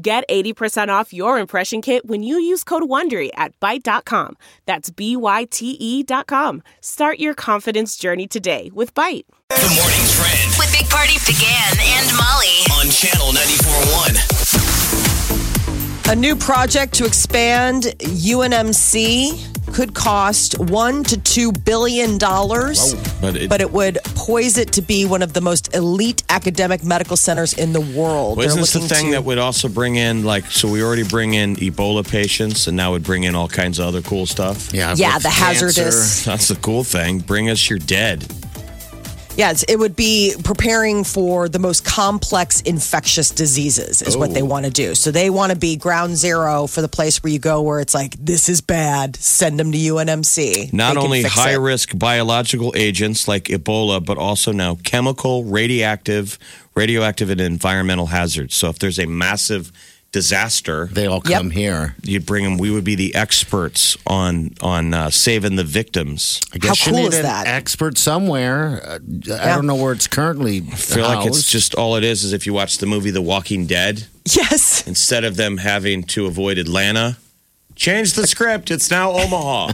Get 80% off your impression kit when you use code WONDERY at Byte.com. That's B-Y-T-E E dot com. Start your confidence journey today with Byte. The morning trend With Big Party began and Molly. on channel 94.1. A new project to expand UNMC could cost one to two billion dollars, but it- but it would poise it to be one of the most elite academic medical centers in the world. Well, isn't this the looking thing to- that would also bring in like so we already bring in Ebola patients and now would bing in all kinds of other cool stuff. Yeah, Yeah, with the hazardous. That's the cool thing. Bring us your dead. Yes, it would be preparing for the most complex infectious diseases, is Oh. what they want to do. So they want to be ground zero for the place where you go where it's like, this is bad, send them to UNMC. Not They can only fix high it. risk biological agents like Ebola, but also now chemical, radioactive, radioactive, and environmental hazards. So if there's a massive disaster, They all Yep. come here. you bring them. We would be the experts on on uh, saving the victims. I guess How you cool need is an that? expert somewhere. Uh, I don't know where it's currently. I feel like it's just all it is is if you watch the movie The Walking Dead. Yes. instead of them having to avoid Atlanta, change the script. It's now Omaha.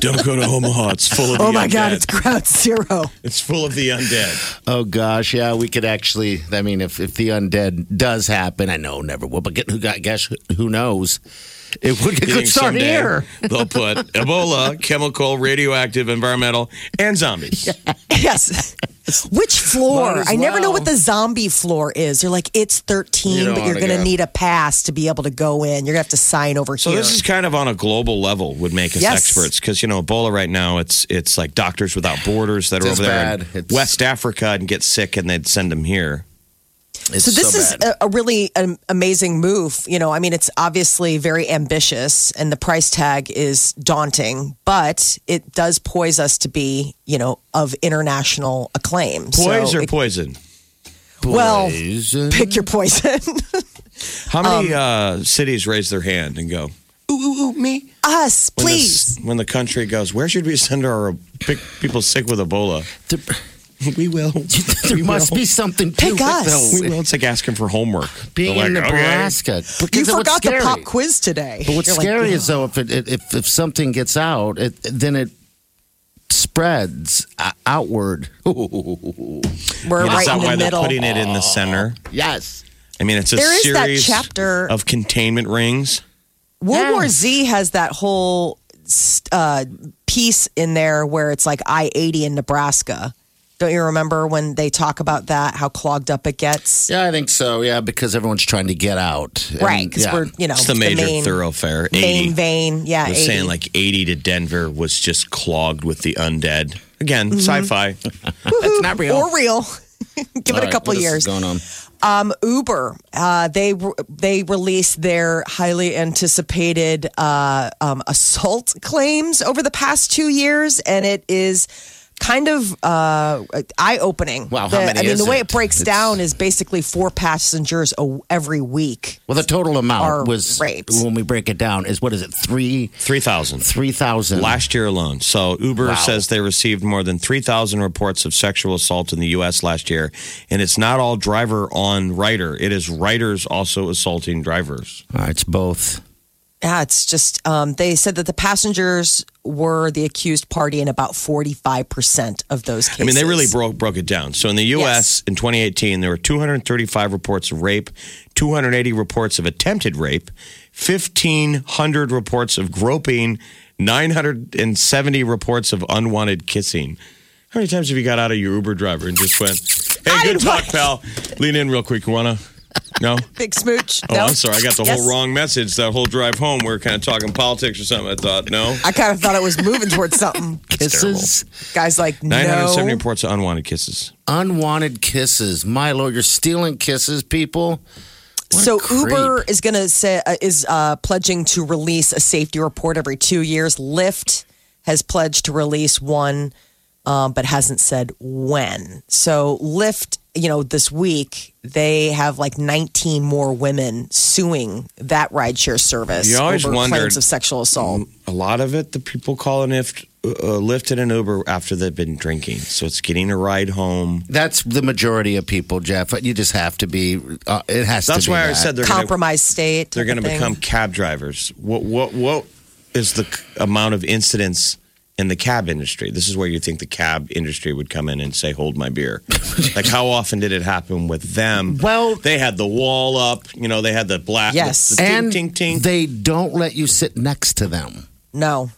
Don't go to Omaha. It's full of the Oh my God, undead. it's ground zero. It's full of the undead. Oh gosh, yeah, we could actually. I mean, if if the undead does happen, I know never will, but get, who got guess who knows? It would it You could think start someday here. They'll put Ebola, chemical, radioactive, environmental, and zombies. Yes. Which floor? Might as I never know well. what the zombie floor is. They're like, it's 13, You don't but you're wanna going to go. need a pass to be able to go in. You're going to have to sign over So here. this is kind of on a global level would make us Yes. experts because you know Ebola right now it's it's like Doctors Without Borders that are It's over there bad. in It's- West Africa and get sick and they'd send them here. It's so this is bad. a, a really um, amazing move. You know, I mean, it's obviously very ambitious, and the price tag is daunting, but it does poise us to be, you know, of international acclaim. So Poise or it- poison? uh, well, Poison. pick your poison. How many Um, uh, cities raise their hand and go? Us, when the- please. when the country goes, where should we send our uh, pick, people sick with Ebola? There, We will. there must be something. to Pick it, us. though. We will. It's like asking for homework. Being They're in like, okay. Nebraska. You Because what's forgot the scary- pop quiz today. But what's You're like, scary is though if it if if something gets out, it, then it spreads uh, outward. we're You know, right is that in why the they're middle. putting it in the center? yes. I mean, it's a There is that series chapter- of containment rings. World War Z has that whole uh, piece in there where it's like I 80 in Nebraska. Don't you remember when they talk about that, how clogged up it gets? Yeah, I think so. Yeah, because everyone's trying to get out. And, Right, because yeah. we're, you know, It's the major main, thoroughfare. main 80. vein. Yeah, I was 80. saying like 80 to Denver was just clogged with the undead. Again, Mm-hmm. sci-fi. it's not real. oh. Or real. Give it a couple years. going on. Um, Uber, uh, they re- they released their highly anticipated uh, um, assault claims over the past two years, and it is kind of uh, eye opening. Wow, how many I mean, is the way it? it breaks It's- down is basically four passengers a- every week. Well, the total Are amount was raped. when we break it down is what is it three 3,000. three thousand? last year alone. So Uber says they received more than 3,000 reports of sexual assault in the U.S. last year. And it's not all driver on rider, it is riders also assaulting drivers. it's both. Yeah, it's just um, they said that the passengers were the accused party in about forty five percent of those cases. I mean, they really broke, broke it down. So in the U.S. Yes. in 2018, there were 235 reports of rape, 280 reports of attempted rape, 1,500 reports of groping, 970 reports of unwanted kissing. How many times have you got out of your Uber driver and just went, hey, good talk, pal. Lean in real quick. You want to? No? big smooch. Oh, No? I'm sorry. I got the Yes. whole wrong message. That whole drive home, we were kind of talking politics or something. I thought, no. I kind of thought it was moving towards something. Kisses, Guys, like no. 970 reports of unwanted kisses. unwanted kisses. My lord, you're stealing kisses, people. So creep. Uber is going to say uh, is uh, pledging to release a safety report every two years. Lyft has pledged to release one, um, but hasn't said when. So Lyft, you know, this week they have like 19 more women suing that rideshare service You always over wondered- claims of sexual assault. A lot of it, the people calling if uh, Lyft and an Uber after they've been drinking, so it's getting a ride home. That's the majority of people, Jeff. You just have to be. Uh, it has That's to. be why I that. said they're gonna- Compromised state. they're going type to of thing. become cab drivers. What what what is the c- amount of incidents in the cab industry? This is where you think the cab industry would come in and say, "Hold my beer." like how often did it happen with them? Well- they had the wall up. You know, they had the black. Yes. the, the and ting ting ting. they don't let you sit next to them. no.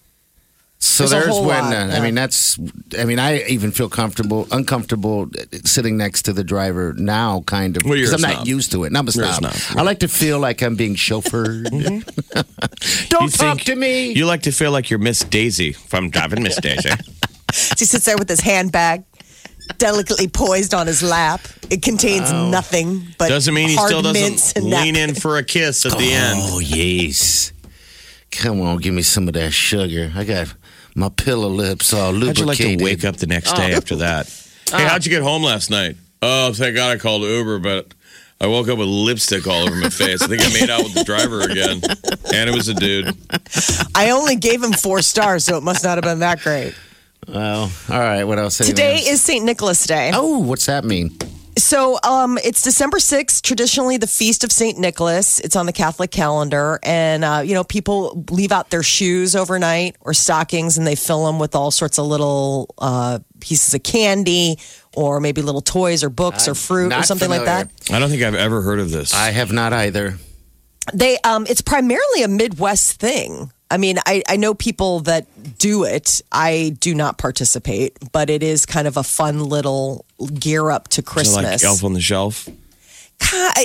So There's a there's, whole when lot, uh, yeah. I mean that's I mean I even feel comfortable uncomfortable sitting next to the driver now kind of Well, you're because a I'm not snob. used to it. And I'm a You're a snob. snob. I like to feel like I'm being chauffeured. don't Mm-hmm. You talk think- to me. You like to feel like you're Miss Daisy from Driving Miss Daisy. He sits there with his handbag delicately poised on his lap. It contains nothing but Doesn't mean he hard still mints doesn't and lean napkins. in for a kiss at the end. Oh yes. Come on, give me some of that sugar. I got my pillow lips all How'd you like lubricated. to wake up the Oh. next day after that? Hey, Ah. how'd you get home last night? Oh, thank God I called Uber, but I woke up with lipstick all over my face. I think I made out with the driver again, and it was a dude. I only gave him four stars, so it must not have been that great. Oh, all right. What else? Anything Today else? is St. Nicholas Day. Oh, what's that mean? So um, it's December 6th, traditionally the Feast of St. Nicholas. It's on the Catholic calendar. And, uh, you know, people leave out their shoes overnight or stockings and they fill them with all sorts of little uh, pieces of candy or maybe little toys or books or fruit or not something familiar. like that. I don't think I've ever heard of this. I have not either. they um it's primarily a midwest thing i mean i i know people that do it i do not participate but it is kind of a fun little gear up to Is it christmas like Elf on the Shelf. Ki-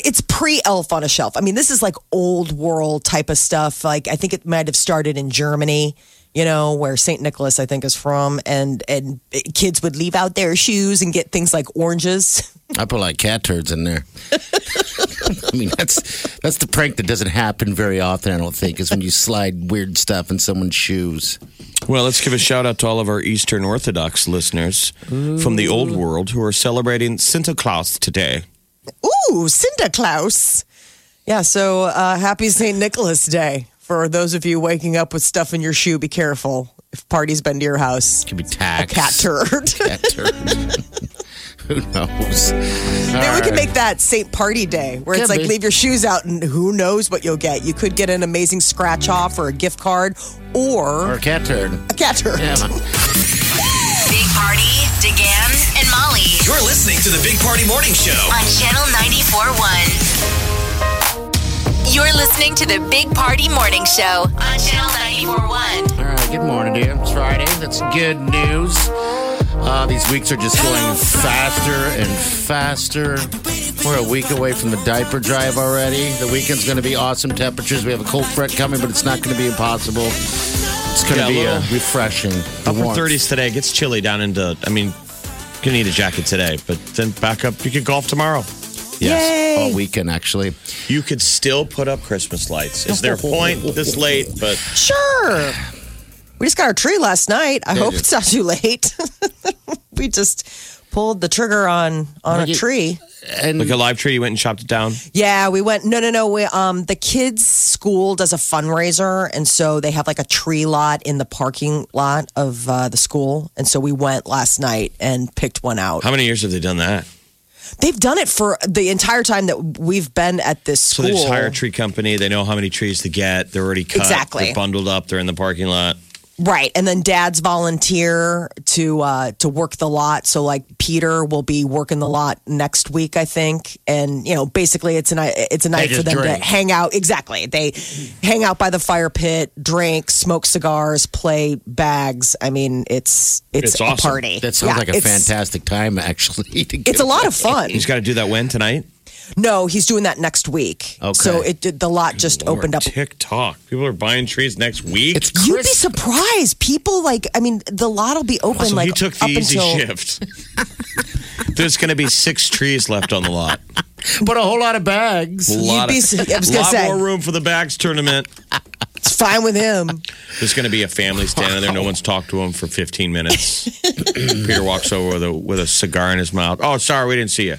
it's pre elf on a shelf i mean this is like old world type of stuff like i think it might have started in germany you know where saint nicholas i think is from and and kids would leave out their shoes and get things like oranges I put like cat turds in there. I mean, that's that's the prank that doesn't happen very often. I don't think is when you slide weird stuff in someone's shoes. Well, let's give a shout out to all of our Eastern Orthodox listeners from the old world who are celebrating Santa Claus today. Ooh, Cinder Klaus. Yeah, so uh, happy St. Nicholas Day. For those of you waking up with stuff in your shoe, be careful. If party's been to your house, Could be tax. cat turd. Cat turd. Who knows? Maybe we can make that St. Party Day, where it's Could like be. leave your shoes out and who knows what you'll get. You could get an amazing scratch off or a gift card or or cat turd. a cat turd. Yeah. Big Party, DeGan and Molly You're listening to the Big Party Morning Show. on Channel 94.1. You're listening to the Big Party Morning Show on Channel 94.1. All right, good morning, dear. It's Friday. That's good news. Uh, these weeks are just going faster and faster. We're a week away from the diaper drive already. The weekend's going to be awesome temperatures. We have a cold front coming, but it's not going to be impossible. It's going to Yeah, a be little- uh, refreshing. The Upper warmth. 30s today. It gets chilly down into, I mean, gonna need a jacket today, but then back up. You could golf tomorrow. Yes, Oh. all weekend, actually. You could still put up Christmas lights. Is there a point this late? But Sure. We just got our tree last night. I hope you. it's not too late. we just pulled the trigger on on a you- tree. And like a live tree, you went and chopped it down. Yeah, we went. No, no, no. We, um, the kids' school does a fundraiser, and so they have like a tree lot in the parking lot of uh, the school. And so we went last night and picked one out. How many years have they done that? They've done it for the entire time that we've been at this So school. they just hire a tree company. They know how many trees to get. They're already cut. Exactly. They're bundled up. They're in the parking lot. Right, and then dads volunteer to uh, to work the lot. So like Peter will be working the lot next week, I think. And you know, basically, it's a night it's a night for just them drink. to hang out. Exactly, they hang out by the fire pit, drink, smoke cigars, play bags. I mean, it's it's, It's a awesome. party. that sounds Yeah, like a it's- fantastic time, actually. to get It's a lot of away. fun. He's got to do that when tonight. No, he's doing that next week. Okay. So it did- the lot just opened up TikTok. People are buying trees next week. It's You'd be Christmas. surprised. People like, I mean, the lot will be open so like he took the up easy until shift. There's going to be six trees left on the lot. but a whole lot of bags. lot be- of, I was gonna lot say. more room for the bags tournament. It's fine with him. There's going to be a family standing there. No one's talked to him for 15 minutes. Peter walks over with a, with a cigar in his mouth. Oh, sorry, we didn't see you.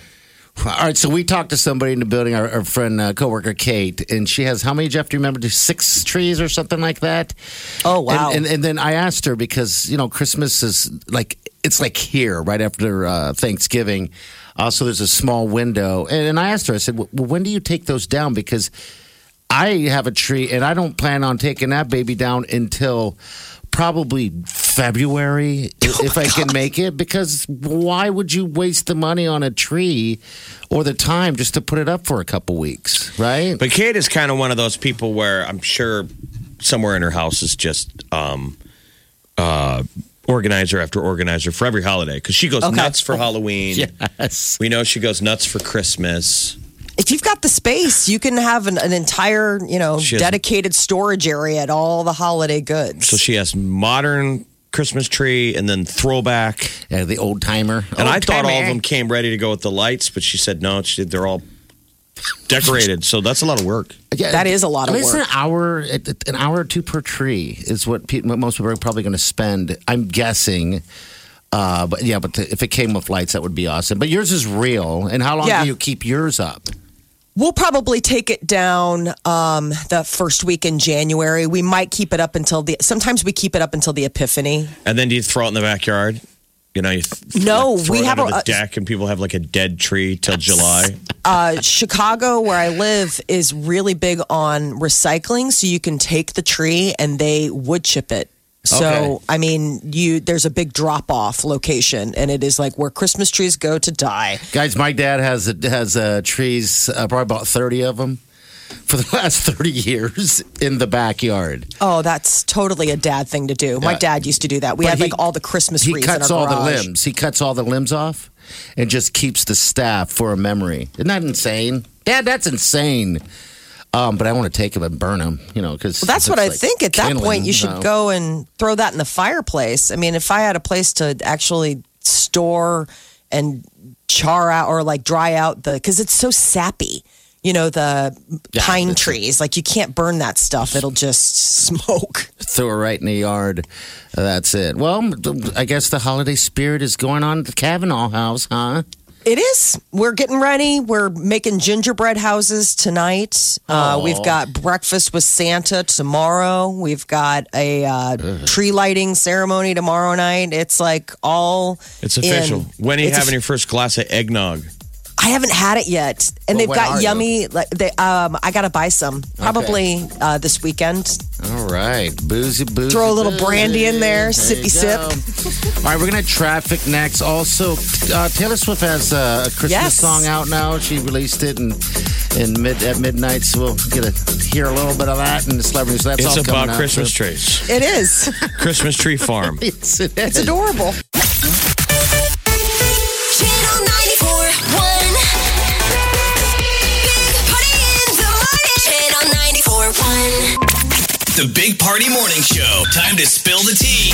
All right, so we talked to somebody in the building, our, our friend, uh, coworker Kate, and she has how many, Jeff, do you remember? Six trees or something like that? Oh wow. And, and and then I asked her because you know Christmas is like it's like here right after uh, Thanksgiving. Also, there's a small window, and, and I asked her. I said, "Well, when do you take those down?" Because I have a tree, and I don't plan on taking that baby down until probably February Oh i- if I can make it. Because why would you waste the money on a tree or the time just to put it up for a couple weeks, right? But Kate is kind of one of those people where I'm sure somewhere in her house is just um, uh, organizer after organizer for every holiday because she goes nuts for Halloween. yes. We know she goes nuts for Christmas. if you've got the space, you can have an, an entire, you know, She has- dedicated storage area at all the holiday goods. So she has modern Christmas tree and then throwback. Yeah, Uh, the old timer. Oh, And I thought all of them came ready to go with the lights, but she said no. She, they're all decorated, so that's a lot of work. Yeah, That is a lot of I mean, work. It's an hour, an hour or two per tree is what, pe- what most people are probably going to spend. I'm guessing. Uh, but yeah, but the, if it came with lights, that would be awesome. But yours is real. And how long Yeah. do you keep yours up? We'll probably take it down um, the first week in January. We might keep it up until the. Sometimes we keep it up until the Epiphany. And then do you throw it in the backyard? You know, you th- No, like, throw we it have under a- the deck, and people have like a dead tree till July. Uh, Chicago, where I live, is really big on recycling. So you can take the tree and they wood chip it. So Okay. I mean, you there's a big drop off location, and it is like where Christmas trees go to die. Guys, my dad has has uh, trees, uh, probably about 30 of them for the last 30 years in the backyard. Oh, that's totally a dad thing to do. My Yeah. dad used to do that. We But had he- like all the Christmas He wreaths cuts in our all the garage. limbs. He cuts all the limbs off and just keeps the staff for a memory. Isn't that insane? Dad, that's insane. Um, but I want to take him and burn him, you know, because Well, that's what I think. At that point, you should go and throw that in the fireplace. I mean, if I had a place to actually store and char out or like dry out the, because it's so sappy, you know, the Yeah, pine it's- trees. Like you can't burn that stuff; it'll just smoke. Throw it right in the yard. That's it. Well, I guess the holiday spirit is going on at the Kavanaugh house, huh? It is. We're getting ready. We're making gingerbread houses tonight. Uh, we've got breakfast with Santa tomorrow. We've got a uh, tree lighting ceremony tomorrow night. It's like all. It's in. official. When are you It's having a- your first glass of eggnog? I haven't had it yet, and Well, they've when are got you? yummy. Like they, um, I gotta buy some probably uh, this weekend. All right, boozy boozy. Throw a little boozy. brandy in there, sippy you sip. go. All right, we're gonna traffic next. Also, uh, Taylor Swift has uh, a Christmas Yes. song out now. She released it in in mid at midnight, so we'll get to hear a little bit of that in the celebrity. So that's It's all coming about up. Christmas trees, It is. Christmas tree farm. Yes, it It's is. adorable. Channel 94.1. Big Party in the morning. Channel 94.1. The Big Party Morning Show. Time to spill the tea.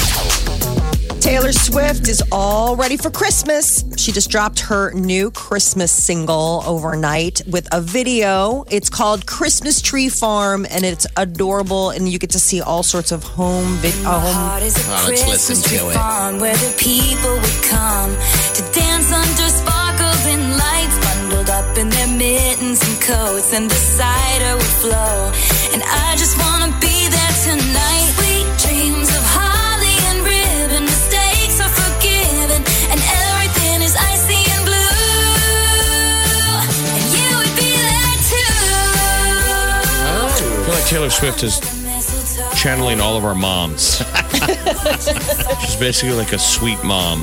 Taylor Swift is all ready for Christmas. She just dropped her new Christmas single overnight with a video. It's called Christmas Tree Farm, and it's adorable. And you get to see all sorts of home, vid- uh, home Heart is a Oh, let's listen Christmas tree to it. farm where the people would come to dance under sparkling lights, bundled up in their mittens and coats, and the cider would flow. And I just wanna be there tonight. Sweet dreams of holly and ribbon, mistakes are forgiven, and everything is icy and blue. And you would be there too. I feel like Taylor Swift is Mistletoe. channeling all of our moms. She's basically like a sweet mom.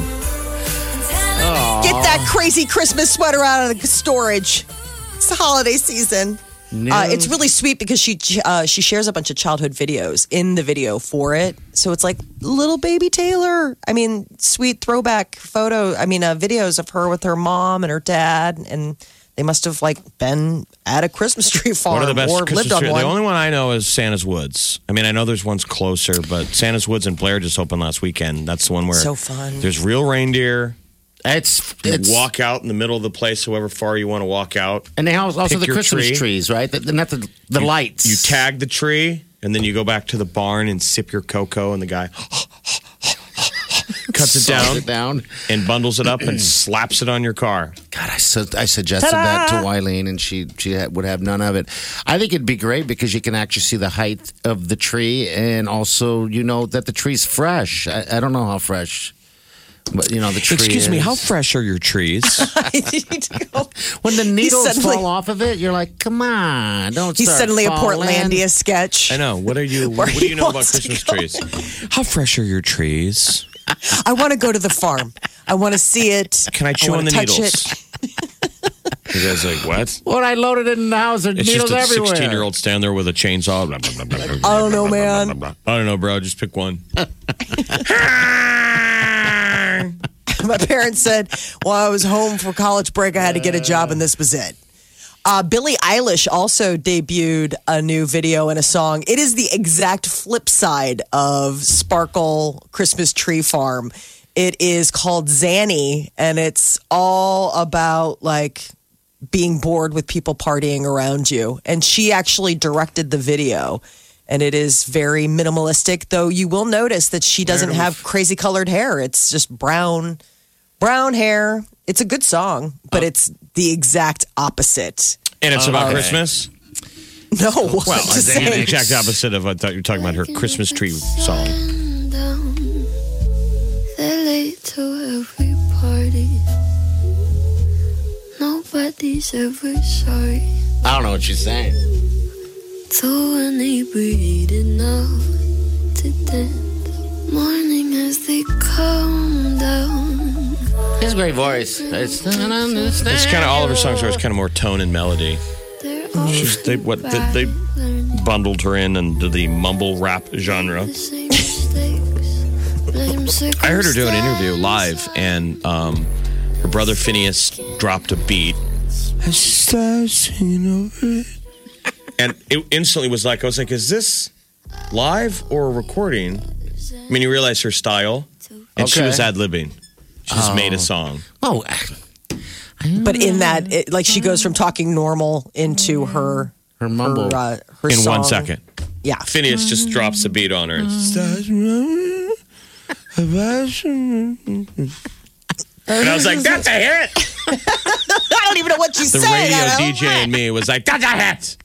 Get that crazy Christmas sweater out of the storage. Oh. It's the holiday season. Uh, it's really sweet because she uh, she shares a bunch of childhood videos in the video for it. So it's like little baby Taylor. I mean, sweet throwback photo. I mean, uh, videos of her with her mom and her dad, and they must have like been at a Christmas tree farm One of the best or Christmas lived on tree. one. The only one I know is Santa's Woods. I mean, I know there's ones closer, but Santa's Woods and Blair just opened last weekend. That's the one where So fun. There's real reindeer. It's, You it's walk out in the middle of the place, however far you want to walk out. and they have also pick the your Christmas tree. trees, right? The, not the the lights. You tag the tree, and then you go back to the barn and sip your cocoa, and the guy cuts it Saws down it down. and bundles it up and slaps it on your car. God, I, su- I suggested that to Wileen, and she she had, would have none of it. I think it'd be great because you can actually see the height of the tree, and also you know that the tree's fresh. I, I don't know how fresh, but you know the tree. is. fresh are your trees? I need to go. when the needles suddenly- fall off of it, you're like, come on, don't. He's start suddenly falling. a Portlandia sketch. I know. What are you? Where What do he you know about wants to Christmas go. trees? How fresh are your trees? I want to go to the farm. I want to see it. Can I chew on wanna the touch needles? It. You guys like what? When I loaded it in the house, there It's needles just a everywhere. sixteen-year-old stand there with a chainsaw. I don't know, man. I don't know, bro. Just pick one. My parents said, "Well, I was home for college break. I had to get a job, and this was it." Uh, Billie Eilish also debuted a new video and a song. It is the exact flip side of Sparkle Christmas Tree Farm. It is called Zanny, and it's all about like being bored with people partying around you. And she actually directed the video. And it is very minimalistic, though you will notice that she doesn't have crazy colored hair. It's just brown, brown hair. It's a good song, but it's the exact opposite. And it's about Christmas. No, well, Well, just it's the saying. exact opposite of I thought you were talking about her Christmas tree song. down. They're late to every party. Nobody's ever sorry. I don't know what she's saying. So inebriated now to dance. Morning as they calm down. His great voice. It's not understand. It's kind of all of her songs are kind of more tone and melody. They're all She's- they- what- they- they- learning Bundled her in into the mumble rap genre. the same mistakes. Blame I heard her do an interview live, and um, her brother Phineas dropped a beat. And it instantly was like, I was like, is this live or a recording? I mean, you realize her style, and she Okay. was ad libbing. She just made a song. Oh, But in that, it, like she goes from talking normal into her her mumble. her, uh, her in song. one second. Yeah, Phineas just drops a beat on her. and starts- And I was like, that's a hit. I don't even know what she The said. radio I don't- DJ in me was like, that's a hit.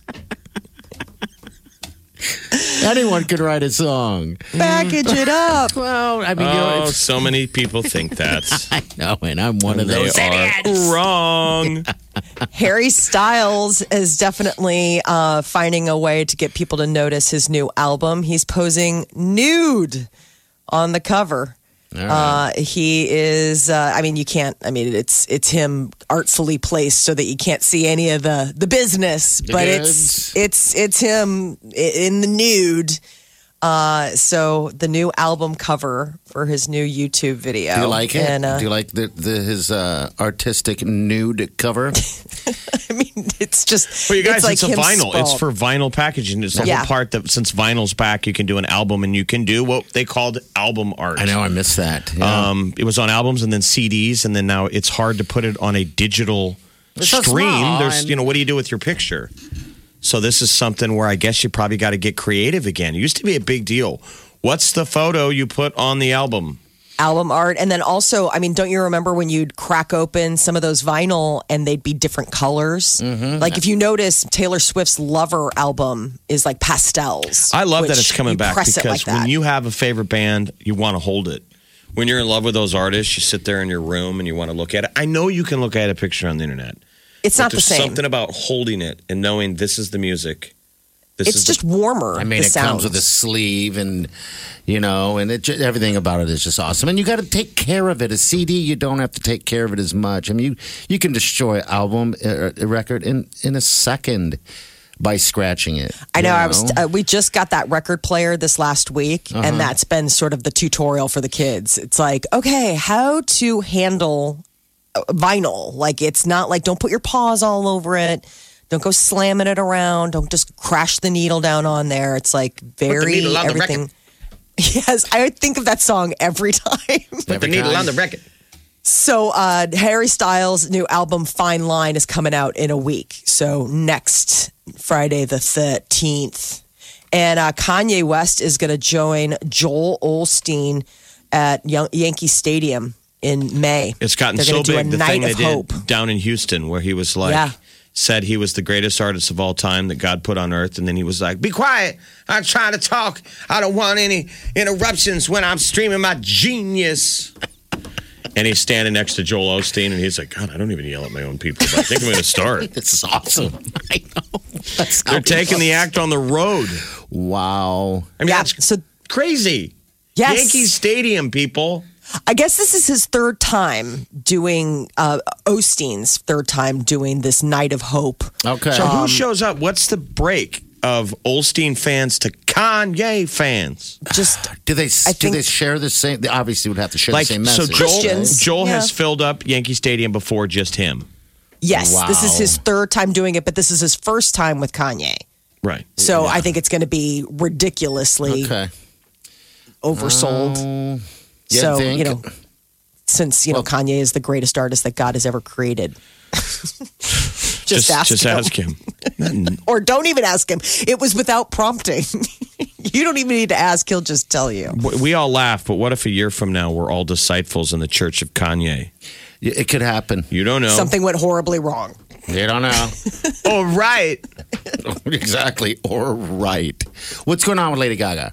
Anyone could write a song. Package it up. Well, I mean, you know, Oh, it's, so many people think that. I know, and I'm one of they those. idiots. are wrong. Harry Styles is definitely uh, finding a way to get people to notice his new album. He's posing nude on the cover. Uh, he is. Uh, I mean, you can't. I mean, it's it's him artfully placed so that you can't see any of the the business. but it's it's it's him i- in the nude. Uh, so the new album cover for his new YouTube video. Do you like it? And, uh, Do you like the, the his uh, artistic nude cover? I mean, it's just. But you guys, it's, like it's, a him vinyl. It's sprawled. for vinyl packaging. It's the Yeah. whole part that since vinyl's back, you can do an album and you can do what they called album art. I know, I miss that. yeah. Um, it was on albums and then CDs, and then now it's hard to put it on a digital It's so stream. small, There's, and- you know, what do you do with your picture? So this is something where I guess you probably got to get creative again. It used to be a big deal. What's the photo you put on the album? album art. And then also, I mean, don't you remember when you'd crack open some of those vinyl and they'd be different colors? Mm-hmm. Like if you notice, Taylor Swift's Lover album is like pastels. I love that which it's coming you back press because it like when that. you have a favorite band, you want to hold it. When you're in love with those artists, you sit there in your room and you want to look at it. I know you can look at a picture on the internet. it's but not the there's same. something about holding it and knowing this is the music. This It's is the just warmer. I mean, the it sound. comes with a sleeve, and you know, and it, ju- everything about it is just awesome. And you got to take care of it. A CD, you don't have to take care of it as much. I mean, you you can destroy an album uh, a record in in a second by scratching it. I know. you I was. Uh, we just got that record player this last week, and that's been sort of the tutorial for the kids. It's like, okay, how to handle uh, vinyl. Like, it's not like don't put your paws all over it. Don't go slamming it around. Don't just crash the needle down on there. It's like very needle on the everything. Yes, I think of that song every time. Every time. record. So uh, Harry Styles' new album Fine Line is coming out in a week. So next Friday the thirteenth, and uh, Kanye West is going to join Joel Olstein at Yan- Yankee Stadium in May. It's gotten They're so gonna do a big. The night thing they of did hope. down in Houston, where he was like, Yeah. said he was the greatest artist of all time that God put on earth, and then he was like, "Be quiet! I'm trying to talk. I don't want any interruptions when I'm streaming my genius." And he's standing next to Joel Osteen, and he's like, "God, I don't even yell at my own people. But I think I'm going to start." This is awesome. I know. That's how They're taking the act on the road. Wow. I mean, Yeah, that's so- crazy. Yes. Yankee Stadium, people. I guess this is his third time doing uh, Osteen's third time doing this Night of Hope. Okay. So Um, who shows up? What's the break of Olstein fans to Kanye fans? Just do they do think- they share the same? They obviously would have to share the same so message. Joel, Christians, Joel yeah. has filled up Yankee Stadium before just him. yes, this is Wow. his third time doing it, but this is his first time with Kanye. Right. So I think it's going to be ridiculously Okay. oversold. you so think? you know, since you know Kanye is the greatest artist that God has ever created. just, ask just him. ask him. or don't even ask him. It was without prompting. you don't even need to ask; he'll just tell you. W- We all laugh, but what if a year from now we're all disciples in the church of Kanye? Y- It could happen. You don't know. Something went horribly wrong. You don't know. Oh, right. exactly. Or right. What's going on with Lady Gaga?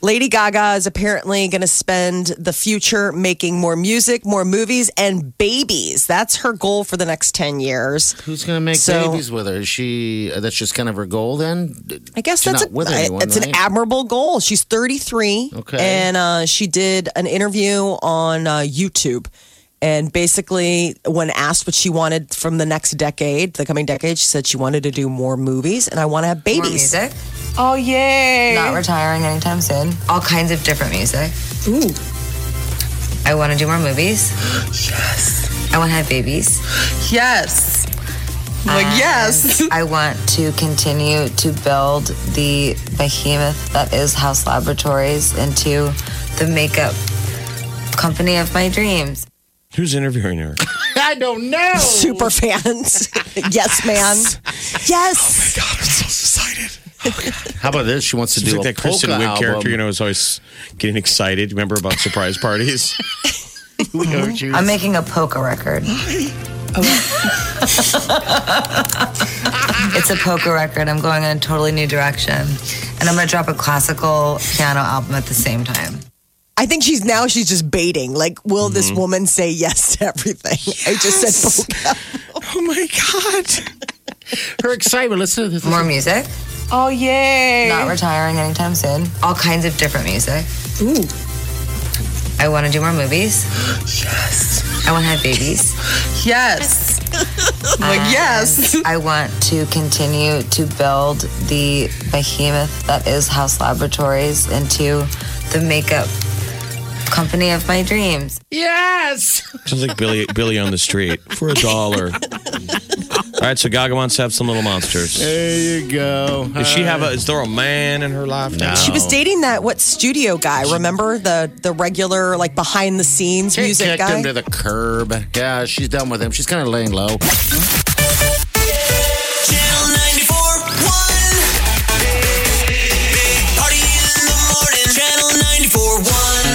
Lady Gaga is apparently going to spend the future making more music, more movies, and babies. That's her goal for the next 10 years. Who's going to make So- babies with her? Is she? uh, That's just kind of her goal then. I guess She's that's not with a, anyone, it's an right? admirable goal. She's 33. Okay. And uh, she did an interview on uh, YouTube. And basically, when asked what she wanted from the next decade, the coming decade, she said she wanted to do more movies and I want to have babies. music. Oh, yay. Not retiring anytime soon. All kinds of different music. Ooh. I want to do more movies. yes. I want to have babies. Yes. Like, And yes. I want to continue to build the behemoth that is House Laboratories into the makeup company of my dreams. Who's interviewing her? I don't know. Super fans. yes, man. Oh Yes. God, I'm so excited. How about this? She wants to It's do like a that Kristen polka Wiig album. character, you know, is always getting excited. Remember about surprise parties? I'm making a polka record. it's a polka record. I'm going in a totally new direction. And I'm going to drop a classical piano album at the same time. I think she's now she's just baiting. Like, will this Mm-hmm. woman say yes to everything? I just said polka. oh my God. her excitement. Listen to this. More music. Oh, yay. Not retiring anytime soon. All kinds of different music. Ooh. I want to do more movies. Yes. I want to have babies. Yes. like, yes. I want to continue to build the behemoth that is House Laboratories into the makeup company of my dreams. Yes. Sounds like Billy Billy on the street for a dollar. All right, so Gaga wants to have some little monsters. There you go. Does she have a? Is there a man in her life? now? She Oh. was dating that what studio guy? Remember the the regular like behind the scenes She music kicked guy. him to the curb. Yeah, she's done with him. She's kind of laying low. Channel 94.1. Big Party in the morning. Channel 94.1.